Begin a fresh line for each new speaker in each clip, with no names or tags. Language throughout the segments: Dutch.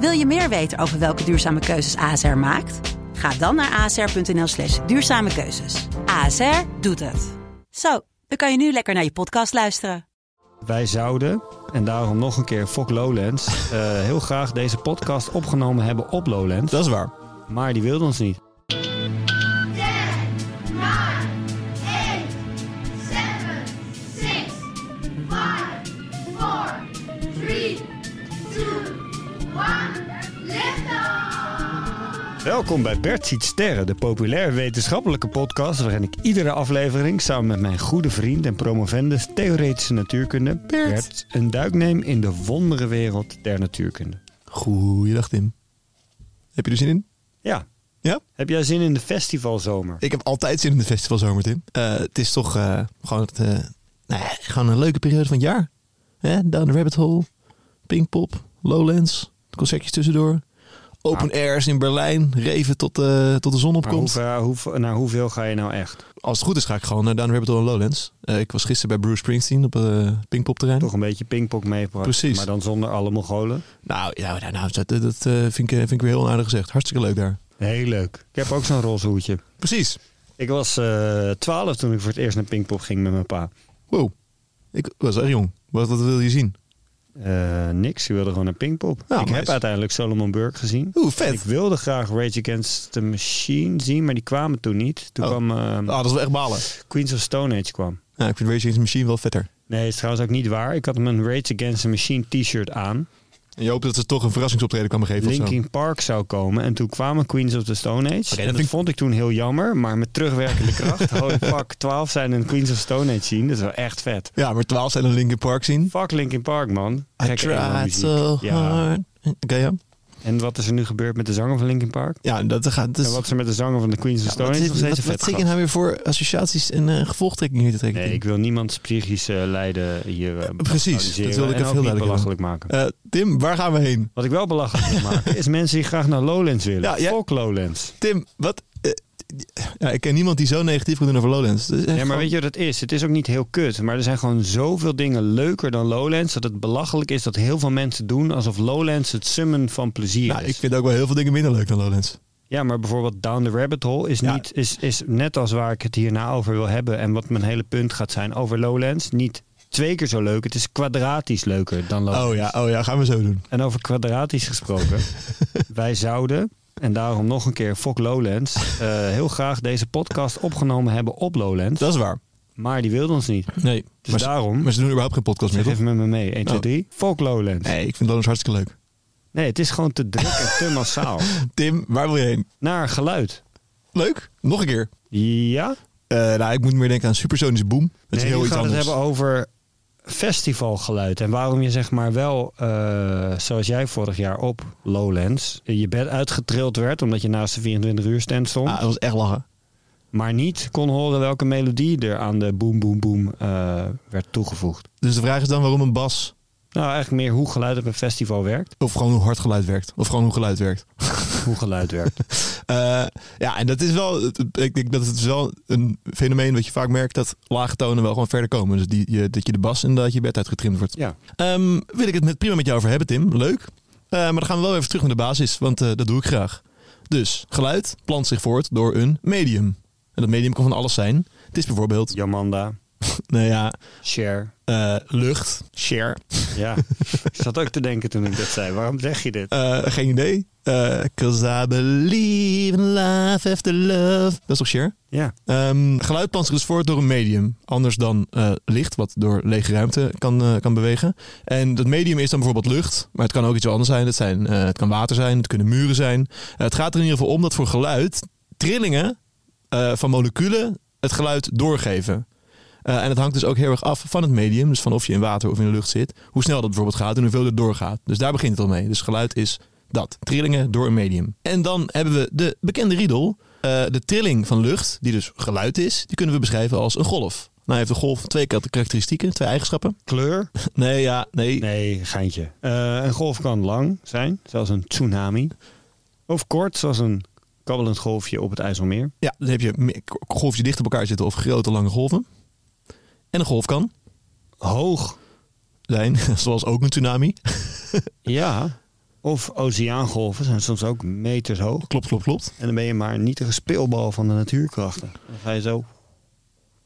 Wil je meer weten over welke duurzame keuzes ASR maakt? Ga dan naar asr.nl slash duurzame keuzes. ASR doet het. Zo, dan kan je nu lekker naar je podcast luisteren.
Wij zouden, en daarom nog een keer Fok Lowlands, eh, heel graag deze podcast opgenomen hebben op Lowlands.
Dat is waar.
Maar die wilde ons niet.
10, 9, 8, 7, 6, 5, 4, 3, 2, 1. Lift off!
Welkom bij Bert ziet sterren, de populair wetenschappelijke podcast waarin ik iedere aflevering samen met mijn goede vriend en promovendus theoretische natuurkunde Bert, een duik neem in de wonderenwereld der natuurkunde.
Goeiedag Tim. Heb je er zin in?
Ja,
Ja?
heb jij zin in de festivalzomer?
Ik heb altijd zin in de festivalzomer Tim. Eh, het is toch eh, gewoon, het, eh, nou ja, gewoon een leuke periode van het jaar. Hè? Down the Rabbit Hole, Pinkpop, Lowlands, concertjes tussendoor. Open airs in Berlijn, reven tot, eh, tot de zon
Maar
opkomt.
hoeveel- hoeveel- naar hoeveel ga je nou echt?
Als het goed is ga ik gewoon naar Down the Rabbit Hole en Lowlands. Eh, ik was gisteren bij Bruce Springsteen op eh Pinkpop terrein.
Toch een beetje pingpong meepakken,
Precies.
maar dan zonder alle Mongolen.
Nou, ja, nou, nou, dat, dat eh, vind, ik, eh, vind ik weer heel aardig gezegd. Hartstikke leuk daar.
Heel leuk. Ik heb ook zo'n roze hoedje.
Precies.
Ik was eh 12 toen ik voor het eerst naar Pinkpop ging met mijn pa.
Wow. Ik was erg jong. Wat, wat wil je zien?
Eh, niks, ik wilde gewoon naar Pinkpop.
Ja,
ik heb
nice.
uiteindelijk Solomon Burke gezien.
Oeh,
Ik
vet.
wilde graag Rage Against the Machine zien, maar die kwamen toen niet. Toen
Oh.
kwam eh,
Ah, dat is wel echt balen.
Queens of Stone Age kwam.
Nou, ik vind Rage Against the Machine wel vetter.
Nee, is trouwens ook niet waar. Ik had mijn Rage Against the Machine t-shirt aan.
En je hoopt dat ze toch een verrassingsoptreden kan geven of zo.
Linkin Park zou komen en toen kwamen Queens of the Stone Age.
dat
en dat
vind ik-
vond ik toen heel jammer, maar met terugwerkende kracht. holy fuck, 12 zijn en Queens of Stone Age zien, dat is wel echt vet.
Ja, maar 12 zijn een Linkin Park zien.
Fuck Linkin Park, man.
I
Gekke emo-muziek.
tried so
Ja.
hard. Oké, ja.
En wat is er nu gebeurd met de zanger van Linkin Park?
Ja, dat gaat... Dat
En
is,
wat is er met de zanger van de Queens of
ja,
Stone
wat,
Age?
zit-
Nog steeds
wat,
een
wat
vet
zit je
gat.
nou weer voor associaties en eh gevolgtrekkingen hier te trekken?
Nee,
Tim?
ik wil niemands psychisch eh, lijden hier eh,
Precies, dat
bagatelliseren
wilde ik
en
even
ook
heel
niet
duidelijk
belachelijk maken.
Eh, Tim, waar gaan we heen?
Wat ik wel belachelijk wil maken, is mensen die graag naar Lowlands willen.
Ja,
Ja,
jij-
Lowlands.
Tim, wat... eh, ja, ik ken niemand die zo negatief kan doen over Lowlands. Dat is echt
Ja, maar
gewoon-
weet je wat het is? Het is ook niet heel kut. Maar er zijn gewoon zoveel dingen leuker dan Lowlands... dat het belachelijk is dat heel veel mensen doen... alsof Lowlands het summen van plezier
nou,
is.
ik vind ook wel heel veel dingen minder leuk dan Lowlands.
Ja, maar bijvoorbeeld Down the Rabbit Hole is,
Ja.
niet, is, is net als waar ik het hierna over wil hebben... en wat mijn hele punt gaat zijn over Lowlands... niet twee keer zo leuk. Het is kwadratisch leuker dan Lowlands.
Oh ja, oh ja, gaan we zo doen.
En over kwadratisch gesproken. wij zouden, en daarom nog een keer Fok Lowlands... eh, heel graag deze podcast opgenomen hebben op Lowlands.
Dat is waar. Maar,
Maar die wilde ons niet.
nee,
Dus
maar, ze-
daarom...
maar ze doen überhaupt geen podcast meer,
Zeg
toch?
even met me mee. 1, 2,
Oh.
3. Fok Lowlands.
Nee, ik vind Lowlands hartstikke leuk.
Nee, het is gewoon te druk en te massaal.
Tim, waar wil je heen?
Naar geluid.
Leuk, nog een keer.
Ja?
Eh, nou, ik moet meer denken aan supersonische boom. Dat
nee,
is heel
nu
iets
gaat
anders.
het hebben over festivalgeluid. En waarom je zeg maar wel, eh, zoals jij vorig jaar op Lowlands... in je bed uitgetrild werd omdat je naast de 24 uur stand stond.
Ah, dat was echt lachen.
maar niet kon horen welke melodie er aan de boom boom boom eh, werd toegevoegd.
Dus de vraag is dan waarom een bas
Nou, eigenlijk meer hoe geluid op een festival werkt.
of gewoon hoe hard geluid werkt. Of gewoon hoe geluid werkt.
Hoe geluid werkt.
Eh, ja, en dat is wel, ik denk dat het is wel een fenomeen wat je vaak merkt dat lage tonen wel gewoon verder komen. Dus die, je, dat je de bas inderdaad je bed uitgetrimd wordt.
Ja.
Ehm, wil ik het met, prima met jou over hebben, Tim. Leuk. Eh, maar dan gaan we wel even terug naar de basis, want eh, dat doe ik graag. Dus, geluid plant zich voort door een medium. En dat medium kan van alles zijn. Het is bijvoorbeeld,
Jamanda,
nou ja,
Cher.
eh, lucht, share,
Ja. Ik zat ook te denken toen ik dat zei. Waarom zeg je dit?
Eh, geen idee. Eh, Cause I believe in life after love. Dat is toch Cher?
Ja.
Ehm, geluid pansert voort door een medium. Anders dan eh, licht, wat door lege ruimte kan, eh, kan bewegen. En dat medium is dan bijvoorbeeld lucht. Maar het kan ook iets anders zijn. Het, zijn, eh, het kan water zijn, het kunnen muren zijn. Eh, het gaat er in ieder geval om dat voor geluid trillingen eh, van moleculen het geluid doorgeven. Eh, en het hangt dus ook heel erg af van het medium. Dus van of je in water of in de lucht zit. Hoe snel dat bijvoorbeeld gaat en hoeveel er doorgaat. Dus daar begint het al mee. Dus geluid is dat. Trillingen door een medium. En dan hebben we de bekende riedel. Eh, de trilling van lucht, die dus geluid is, die kunnen we beschrijven als een golf. Nou heeft de golf twee kar- karakteristieken, twee eigenschappen.
Kleur?
Nee, ja, nee.
Nee, geintje. Eh, een golf kan lang zijn, zoals een tsunami. Of kort, zoals een kabbelend golfje op het IJsselmeer.
Ja, dan heb je me- k- golfjes die dicht op elkaar zitten of grote lange golven. En een golf kan
Hoog.
zijn, zoals ook een tsunami.
Ja. Of oceaangolven zijn soms ook meters hoog.
Klopt, klopt, klopt.
En dan ben je maar een nietige speelbal van de natuurkrachten. Dan ga je zo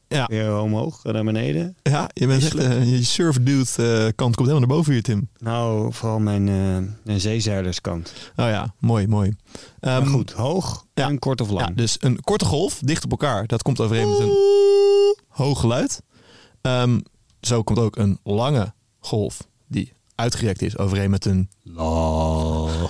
Ja,
weer omhoog, naar beneden.
ja je bent echt, eh, je surfdude eh, kant komt helemaal naar boven hier, Tim.
Nou, vooral mijn, eh, mijn zeezeilerskant.
Oh ja, mooi, mooi. Ehm,
maar goed, hoog
ja.
en kort of lang.
Ja, dus een korte golf, dicht op elkaar, dat komt overeen met een hoog geluid. Ehm, zo komt ook een lange golf, die uitgerekt is, overeen met een...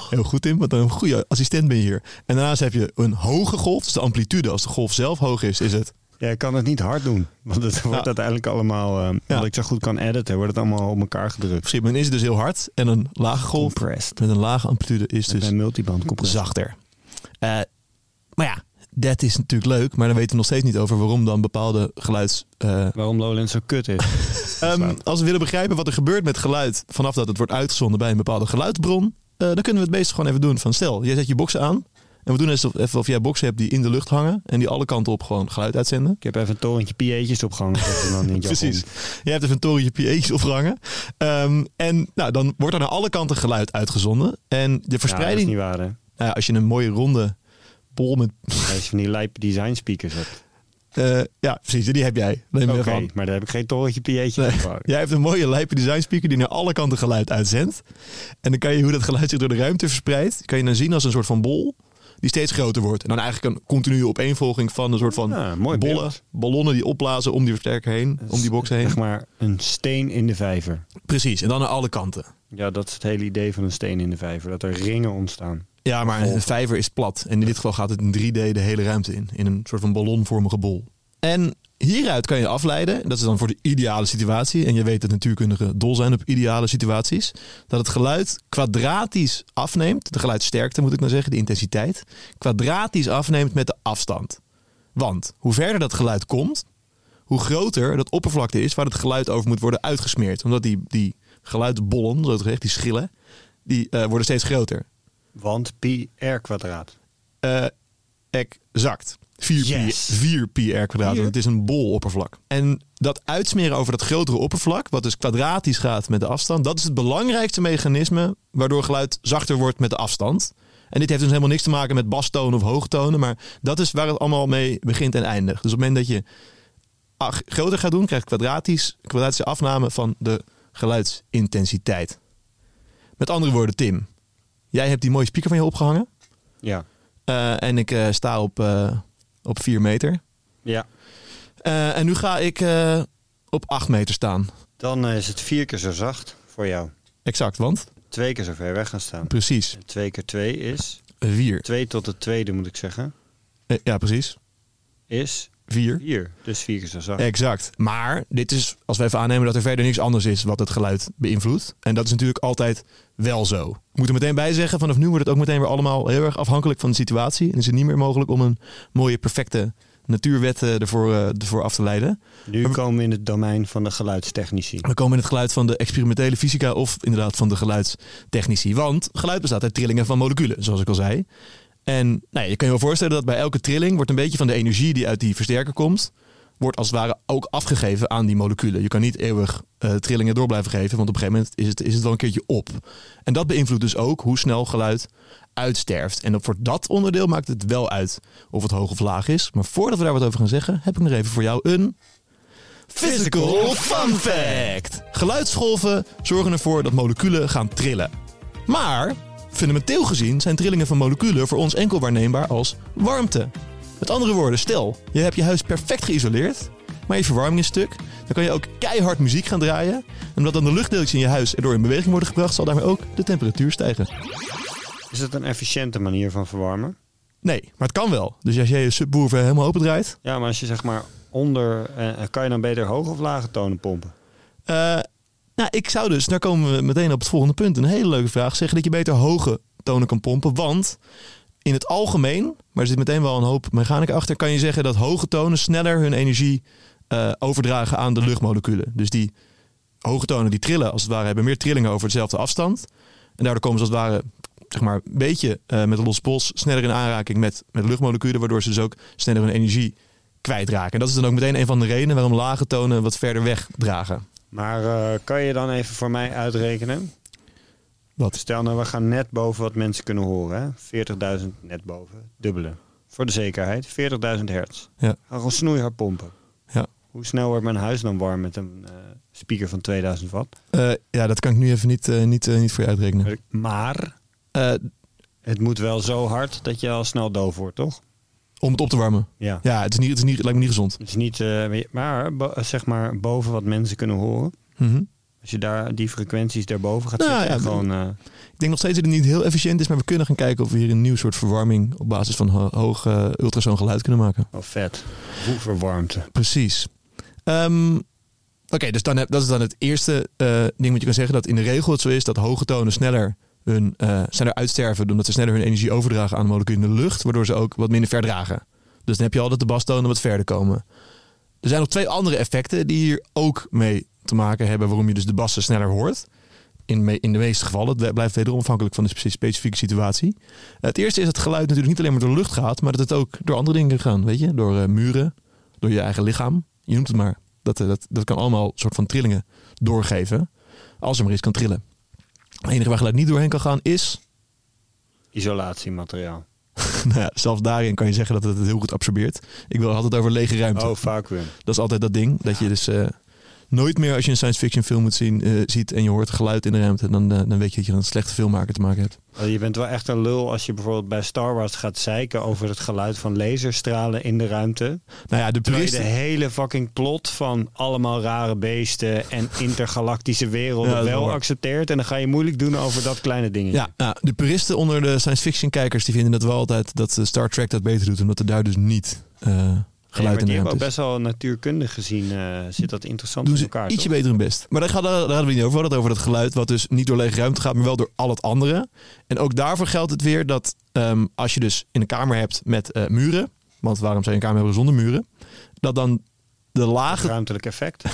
Heel goed, Tim, wat een goede assistent ben je hier. En daarnaast heb je een hoge golf, dus de amplitude. Als de golf zelf hoog is, is het...
Jij kan het niet hard doen, want het wordt
Ja.
uiteindelijk allemaal... eh Omdat ik zo goed kan editen, wordt het allemaal op elkaar gedrukt.
Misschien is het dus heel hard. En een lage golf
Compressed.
met een lage amplitude is dus...
Bij multiband compressor.
zachter. Eh, maar ja, dat is natuurlijk leuk, maar dan weten we nog steeds niet over waarom dan bepaalde geluids. eh,
Waarom Lowlands zo kut is.
Ehm,
waar.
als we willen begrijpen wat er gebeurt met geluid vanaf dat het wordt uitgezonden bij een bepaalde geluidsbron, eh, dan kunnen we het meestal gewoon even doen. Van stel, jij zet je boxen aan en we doen alsof even of jij boxen hebt die in de lucht hangen en die alle kanten op gewoon geluid uitzenden.
ik heb even een torentje pieetjes opgehangen. dat is dan in het
Precies.
jargon.
Jij hebt even een torentje PA's opgehangen. Ehm, en nou, dan wordt er naar alle kanten geluid uitgezonden. En de
Ja, dat is
verspreiding,
niet waar, hè.
Nou ja, als je een mooie ronde bol met
Als je van die lijpe design speakers hebt.
Eh, ja, precies. Die heb jij. Neem
Oké,
je van.
maar daar heb ik geen torentje pieetjes
Nee.
opgehangen.
Jij hebt een mooie lijpe design speaker die naar alle kanten geluid uitzendt. En dan kan je hoe dat geluid zich door de ruimte verspreidt, kan je dan zien als een soort van bol die steeds groter wordt. En dan eigenlijk een continue opeenvolging van een soort van
Ja, mooi
bollen,
beeld.
ballonnen die opblazen om die versterker heen, om die box heen.
Dus Zeg maar een steen in de vijver.
Precies. En dan naar alle kanten.
Ja, dat is het hele idee van een steen in de vijver. Dat er ringen ontstaan.
Ja, maar een vijver is plat. En in dit geval gaat het in 3D de hele ruimte in. In een soort van ballonvormige bol. En hieruit kan je afleiden, dat is dan voor de ideale situatie. En je weet dat natuurkundigen dol zijn op ideale situaties. Dat het geluid kwadratisch afneemt. De geluidssterkte moet ik nou zeggen, de intensiteit. Kwadratisch afneemt met de afstand. Want hoe verder dat geluid komt, hoe groter dat oppervlakte is waar het geluid over moet worden uitgesmeerd. Omdat die, die geluidsbollen, zo gezegd, die schillen, die eh, worden steeds groter.
Want pi r kwadraat.
Eh, exact. 4
Yes.
pi, 4 pi r kwadraat.
Vier.
want Het is een boloppervlak. En dat uitsmeren over dat grotere oppervlak, wat dus kwadratisch gaat met de afstand, dat is het belangrijkste mechanisme waardoor geluid zachter wordt met de afstand. En dit heeft dus helemaal niks te maken met bastonen of hoogtonen, maar dat is waar het allemaal mee begint en eindigt. Dus op het moment dat je ah, groter gaat doen, krijg je kwadratisch, kwadratische afname van de geluidsintensiteit. Met andere woorden, Tim, jij hebt die mooie speaker van je opgehangen.
Ja.
Eh, en ik eh, sta op, eh op 4 meter.
Ja.
Eh, en nu ga ik eh, op 8 meter staan.
Dan eh, is het vier keer zo zacht voor jou.
Exact, want
Twee keer zo ver weg gaan staan.
precies
En twee keer twee is...
4.
Twee tot de tweede moet ik zeggen.
Eh, ja, precies.
Is
4.
vier. Dus vier keer zo zacht.
Exact. Maar dit is, als we even aannemen dat er verder niks anders is wat het geluid beïnvloedt. En dat is natuurlijk altijd wel zo. Ik moet er meteen bij zeggen, vanaf nu wordt het ook meteen weer allemaal heel erg afhankelijk van de situatie. En is het niet meer mogelijk om een mooie, perfecte natuurwet eh, ervoor, eh, ervoor af te leiden.
Nu komen we in het domein van de geluidstechnici.
We komen in het geluid van de experimentele fysica of inderdaad van de geluidstechnici. Want geluid bestaat uit trillingen van moleculen, zoals ik al zei. En nou ja, je kan je wel voorstellen dat bij elke trilling wordt een beetje van de energie die uit die versterker komt, wordt als het ware ook afgegeven aan die moleculen. Je kan niet eeuwig eh, trillingen door blijven geven, want op een gegeven moment is het, is het wel een keertje op. En dat beïnvloedt dus ook hoe snel geluid uitsterft. En voor dat onderdeel maakt het wel uit of het hoog of laag is. Maar voordat we daar wat over gaan zeggen, heb ik nog even voor jou een Physical Fun Fact. Geluidsgolven zorgen ervoor dat moleculen gaan trillen. Maar, fundamenteel gezien zijn trillingen van moleculen voor ons enkel waarneembaar als warmte. Met andere woorden, stel, je hebt je huis perfect geïsoleerd, maar je verwarming is stuk. Dan kan je ook keihard muziek gaan draaien. En omdat dan de luchtdeeltjes in je huis erdoor in beweging worden gebracht, zal daarmee ook de temperatuur stijgen.
Is dat een efficiënte manier van verwarmen?
Nee, maar het kan wel. Dus als jij je subwoofer helemaal opendraait,
Ja, maar als je zeg maar onder... eh, kan je dan beter hoge of lage tonen pompen?
Eh, nou, ik zou dus, daar komen we meteen op het volgende punt, een hele leuke vraag, zeggen dat je beter hoge tonen kan pompen. Want in het algemeen, maar er zit meteen wel een hoop mechanica achter, kan je zeggen dat hoge tonen sneller hun energie eh, overdragen aan de luchtmoleculen. Dus die hoge tonen die trillen, als het ware, hebben meer trillingen over dezelfde afstand. En daardoor komen ze als het ware zeg maar, een beetje eh, met een los pols sneller in aanraking met, met luchtmoleculen, waardoor ze dus ook sneller hun energie kwijtraken. En dat is dan ook meteen een van de redenen waarom lage tonen wat verder weg dragen.
Maar eh, kan je dan even voor mij uitrekenen?
Wat?
Stel nou, we gaan net boven wat mensen kunnen horen. hè? 40.000 net boven. Dubbele. Voor de zekerheid. 40.000 hertz.
Ja.
Ga gewoon snoeihard pompen.
Ja.
Hoe snel wordt mijn huis dan warm met een eh, speaker van 2000 watt?
Eh, ja, dat kan ik nu even niet, eh, niet, eh, niet voor je uitrekenen.
Maar
Eh,
het moet wel zo hard dat je al snel doof wordt, toch?
om het op te warmen.
Ja.
Ja, het, is niet, het, is niet, het lijkt me niet gezond.
Het is niet, eh, maar bo- zeg maar boven wat mensen kunnen horen.
Mhm.
Als je daar die frequenties daarboven gaat
Nou,
zitten,
ja,
en gewoon eh,
Ik denk nog steeds dat het niet heel efficiënt is, maar we kunnen gaan kijken of we hier een nieuw soort verwarming op basis van ho- hoog eh, ultrasoongeluid kunnen maken.
oh, vet. Hoeverwarmte.
Precies. Ehm, Oké, dus dan heb, dat is dan het eerste eh, ding wat je kan zeggen. Dat in de regel het zo is dat hoge tonen sneller, hun, eh, sneller uitsterven. Omdat ze sneller hun energie overdragen aan de moleculen in de lucht. Waardoor ze ook wat minder verdragen. Dus dan heb je al dat de bastonen wat verder komen. Er zijn nog twee andere effecten die hier ook mee te maken hebben. Waarom je dus de bassen sneller hoort. In, me- in de meeste gevallen. Het blijft wederom afhankelijk van de spe- specifieke situatie. Het eerste is dat geluid natuurlijk niet alleen maar door de lucht gaat. Maar dat het ook door andere dingen kan gaan. Weet je? Door eh, muren, door je eigen lichaam. Je noemt het maar. Dat, eh, dat, dat kan allemaal soort van trillingen doorgeven. Als er maar iets kan trillen. Het enige waar geluid niet doorheen kan gaan is...
Isolatiemateriaal.
Nou ja, zelfs daarin kan je zeggen dat het het heel goed absorbeert. Ik wil altijd over lege ruimte.
Oh, vacuüm.
Dat is altijd dat ding. Dat je dus eh, nooit meer als je een science fiction film moet zien, eh, ziet en je hoort geluid in de ruimte. Dan, eh, dan weet je dat je dan een slechte filmmaker te maken hebt.
Oh, Je bent wel echt een lul als je bijvoorbeeld bij Star Wars gaat zeiken over het geluid van laserstralen in de ruimte.
Nou
Terwijl je
ja, de
de
puristen...
hele fucking plot van allemaal rare beesten en intergalactische werelden
Ja, dat is
wel
waar.
accepteert. En dan ga je moeilijk doen over dat kleine dingetje.
Ja, nou, de puristen onder de science fiction kijkers die vinden dat wel altijd dat eh, Star Trek dat beter doet. Omdat er daar dus niet eh,
Nee, maar
geluid in de
die hebben
ruimte
ook
is.
best wel natuurkundig gezien eh, zit dat interessant
doen
in
ze
elkaar.
ietsje
toch?
beter hun best. Maar daar, gaan- daar hadden we niet over. We hadden het over dat geluid wat dus niet door lege ruimte gaat, maar wel door al het andere. En ook daarvoor geldt het weer dat ehm, als je dus in een kamer hebt met eh, muren, want waarom zou je een kamer hebben zonder muren, dat dan de lage,
Ruimtelijk effect.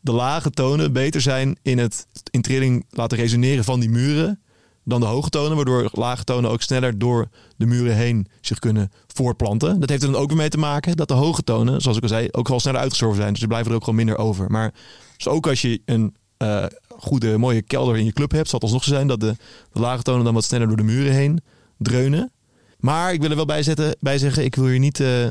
de lage tonen beter zijn in het in trilling laten resoneren van die muren dan de hoge tonen, waardoor lage tonen ook sneller door de muren heen zich kunnen voortplanten. Dat heeft er dan ook weer mee te maken dat de hoge tonen, zoals ik al zei, ook al sneller uitgestorven zijn. Dus er blijven er ook gewoon minder over. Maar dus ook als je een eh, goede, mooie kelder in je club hebt, zal het alsnog zo zijn dat de, de lage tonen dan wat sneller door de muren heen dreunen. Maar ik wil er wel bij, zetten, bij zeggen, ik wil hier niet eh,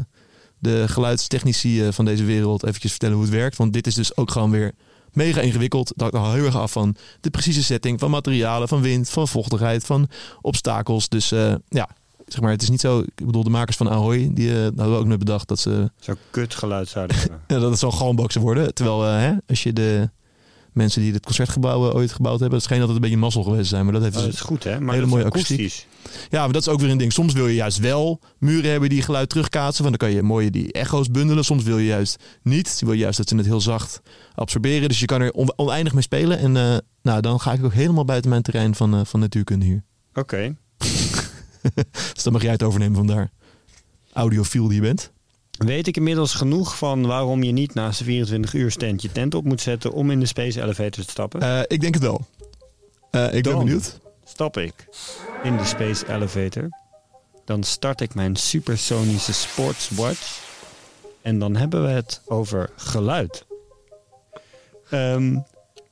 de geluidstechnici eh, van deze wereld eventjes vertellen hoe het werkt. Want dit is dus ook gewoon weer mega ingewikkeld. Dat hangt al heel erg af van de precieze setting, van materialen, van wind, van vochtigheid, van obstakels. Dus eh, ja, zeg maar, het is niet zo... Ik bedoel, de makers van Ahoy, die eh, hadden we ook net bedacht dat ze
Zo'n kut geluid zouden hebben.
ja, dat het zo'n galmboxen worden. Terwijl, eh, hè, als je de mensen die dit concertgebouw eh, ooit gebouwd hebben, het schijnt dat het een beetje mazzel geweest te zijn. Maar dat heeft
Oh, dat
dus-
is goed hè, maar
Hele
dat is
mooie
akoestisch.
Ja, maar dat is ook weer een ding. Soms wil je juist wel muren hebben die geluid terugkaatsen. Want dan kan je mooie die echo's bundelen. Soms wil je juist niet. Je wil juist dat ze het heel zacht absorberen. Dus je kan er on- oneindig mee spelen. En eh, nou, dan ga ik ook helemaal buiten mijn terrein van, eh, van natuurkunde hier.
Oké.
Dus dan mag jij het overnemen vandaar. Audiofiel die je bent.
Weet ik inmiddels genoeg van waarom je niet naast de 24 uur stand je tent op moet zetten om in de space elevator te stappen?
Eh, ik denk het wel. Eh, ik ben
Dan.
benieuwd.
Stap ik in de space elevator, dan start ik mijn supersonische sportswatch en dan hebben we het over geluid. Ehm,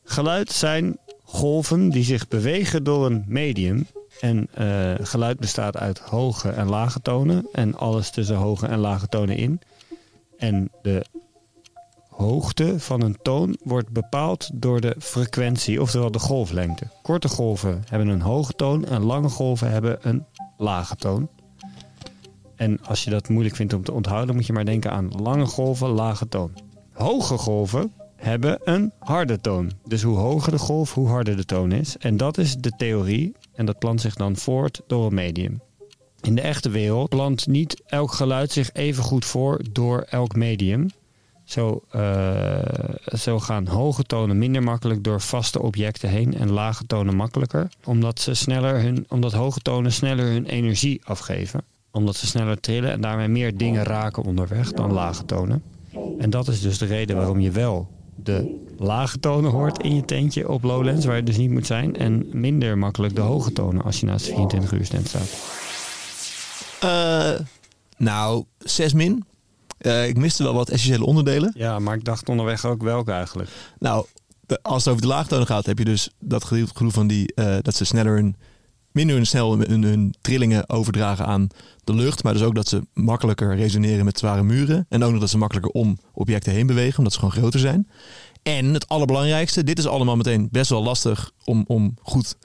geluid zijn golven die zich bewegen door een medium. En eh, geluid bestaat uit hoge en lage tonen en alles tussen hoge en lage tonen in. En de ho- hoogte van een toon wordt bepaald door de frequentie, oftewel de golflengte. Korte golven hebben een hoge toon en lange golven hebben een lage toon. En als je dat moeilijk vindt om te onthouden, moet je maar denken aan lange golven, lage toon. Hoge golven hebben een harde toon. Dus hoe hoger de golf, hoe harder de toon is. En dat is de theorie. En dat plant zich dan voort door een medium. In de echte wereld plant niet elk geluid zich even goed voor door elk medium. Zo, eh, zo gaan hoge tonen minder makkelijk door vaste objecten heen en lage tonen makkelijker. Omdat, ze sneller hun, omdat hoge tonen sneller hun energie afgeven. Omdat ze sneller trillen en daarmee meer dingen raken onderweg dan lage tonen. En dat is dus de reden waarom je wel de lage tonen hoort in je tentje op Lowlands, waar je dus niet moet zijn. En minder makkelijk de hoge tonen als je naast de 24 uur stand staat.
Eh, nou, 6 min. Eh, ik miste wel wat essentiële onderdelen.
Ja, maar ik dacht onderweg ook welke eigenlijk.
Nou, de- als het over de laagtonen gaat, heb je dus dat gedoe gedoe van die, eh, dat ze sneller hun, minder hun, snel hun, hun trillingen overdragen aan de lucht. Maar dus ook dat ze makkelijker resoneren met zware muren. En ook nog dat ze makkelijker om objecten heen bewegen, omdat ze gewoon groter zijn. En het allerbelangrijkste, dit is allemaal meteen best wel lastig om, om goed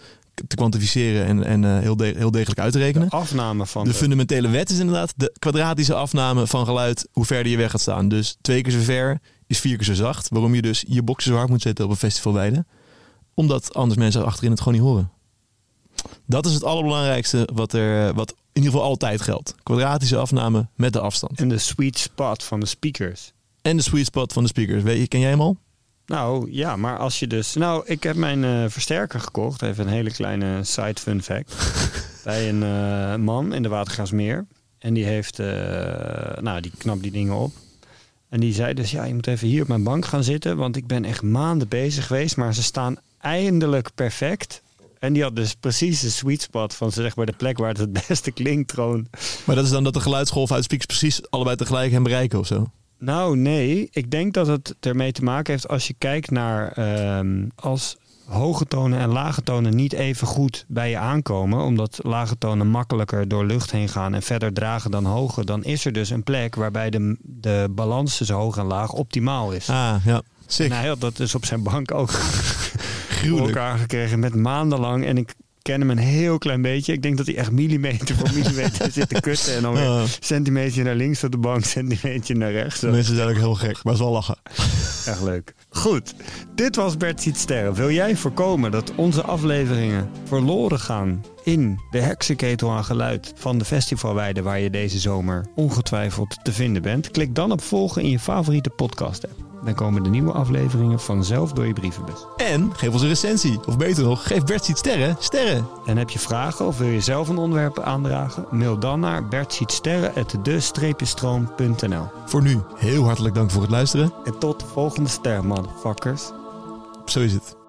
te kwantificeren en, en eh, heel, de- heel degelijk uit te rekenen.
De afname van
De
de,
fundamentele wet is inderdaad de kwadratische afname van geluid hoe verder je weg gaat staan. Dus twee keer zo ver is vier keer zo zacht. Waarom je dus je boksen zo hard moet zetten op een festivalweide. Omdat anders mensen achterin het gewoon niet horen. Dat is het allerbelangrijkste wat, er, eh, wat in ieder geval altijd geldt. Kwadratische afname met de afstand.
en de sweet spot van de speakers.
En de sweet spot van de speakers. Weet je, ken jij hem al?
Nou ja, maar als je dus. Nou, ik heb mijn eh, versterker gekocht. Even een hele kleine side fun fact. bij een eh, man in de Watergraafsmeer. En die heeft. eh, nou, die knapt die dingen op. En die zei dus: Ja, je moet even hier op mijn bank gaan zitten. Want ik ben echt maanden bezig geweest. Maar ze staan eindelijk perfect. En die had dus precies de sweet spot van zeg maar de plek waar het het beste klinkt. Gewoon
Maar dat is dan dat de geluidsgolf uit speakers precies allebei tegelijk hem bereiken of zo.
Nou, nee. Ik denk dat het ermee te maken heeft als je kijkt naar ehm, als hoge tonen en lage tonen niet even goed bij je aankomen, omdat lage tonen makkelijker door lucht heen gaan en verder dragen dan hoge, dan is er dus een plek waarbij de, de balans tussen hoog en laag optimaal is.
Ah, ja.
en
Sick.
hij had dat dus op zijn bank ook voor
Gruwelijk.
elkaar gekregen met maandenlang en ik ken hem een heel klein beetje. Ik denk dat hij echt millimeter voor millimeter zit te kutten en dan weer
Ah,
centimeter naar links op de bank, centimeter naar rechts. Zo.
mensen zijn ook heel gek, maar het is wel lachen.
Echt leuk. Goed, dit was Bert Ziet Sterren. Wil jij voorkomen dat onze afleveringen verloren gaan in de heksenketel aan geluid van de festivalweide waar je deze zomer ongetwijfeld te vinden bent? Klik dan op volgen in je favoriete podcast app. Dan komen de nieuwe afleveringen vanzelf door je brievenbus.
En geef ons een recensie. Of beter nog, geef Bert ziet sterren. Sterren.
En heb je vragen of wil je zelf een onderwerp aandragen? Mail dan naar bertzietsterren@de-stroom.nl.
Voor nu, heel hartelijk dank voor het luisteren.
En tot de volgende ster, motherfuckers.
Zo is het.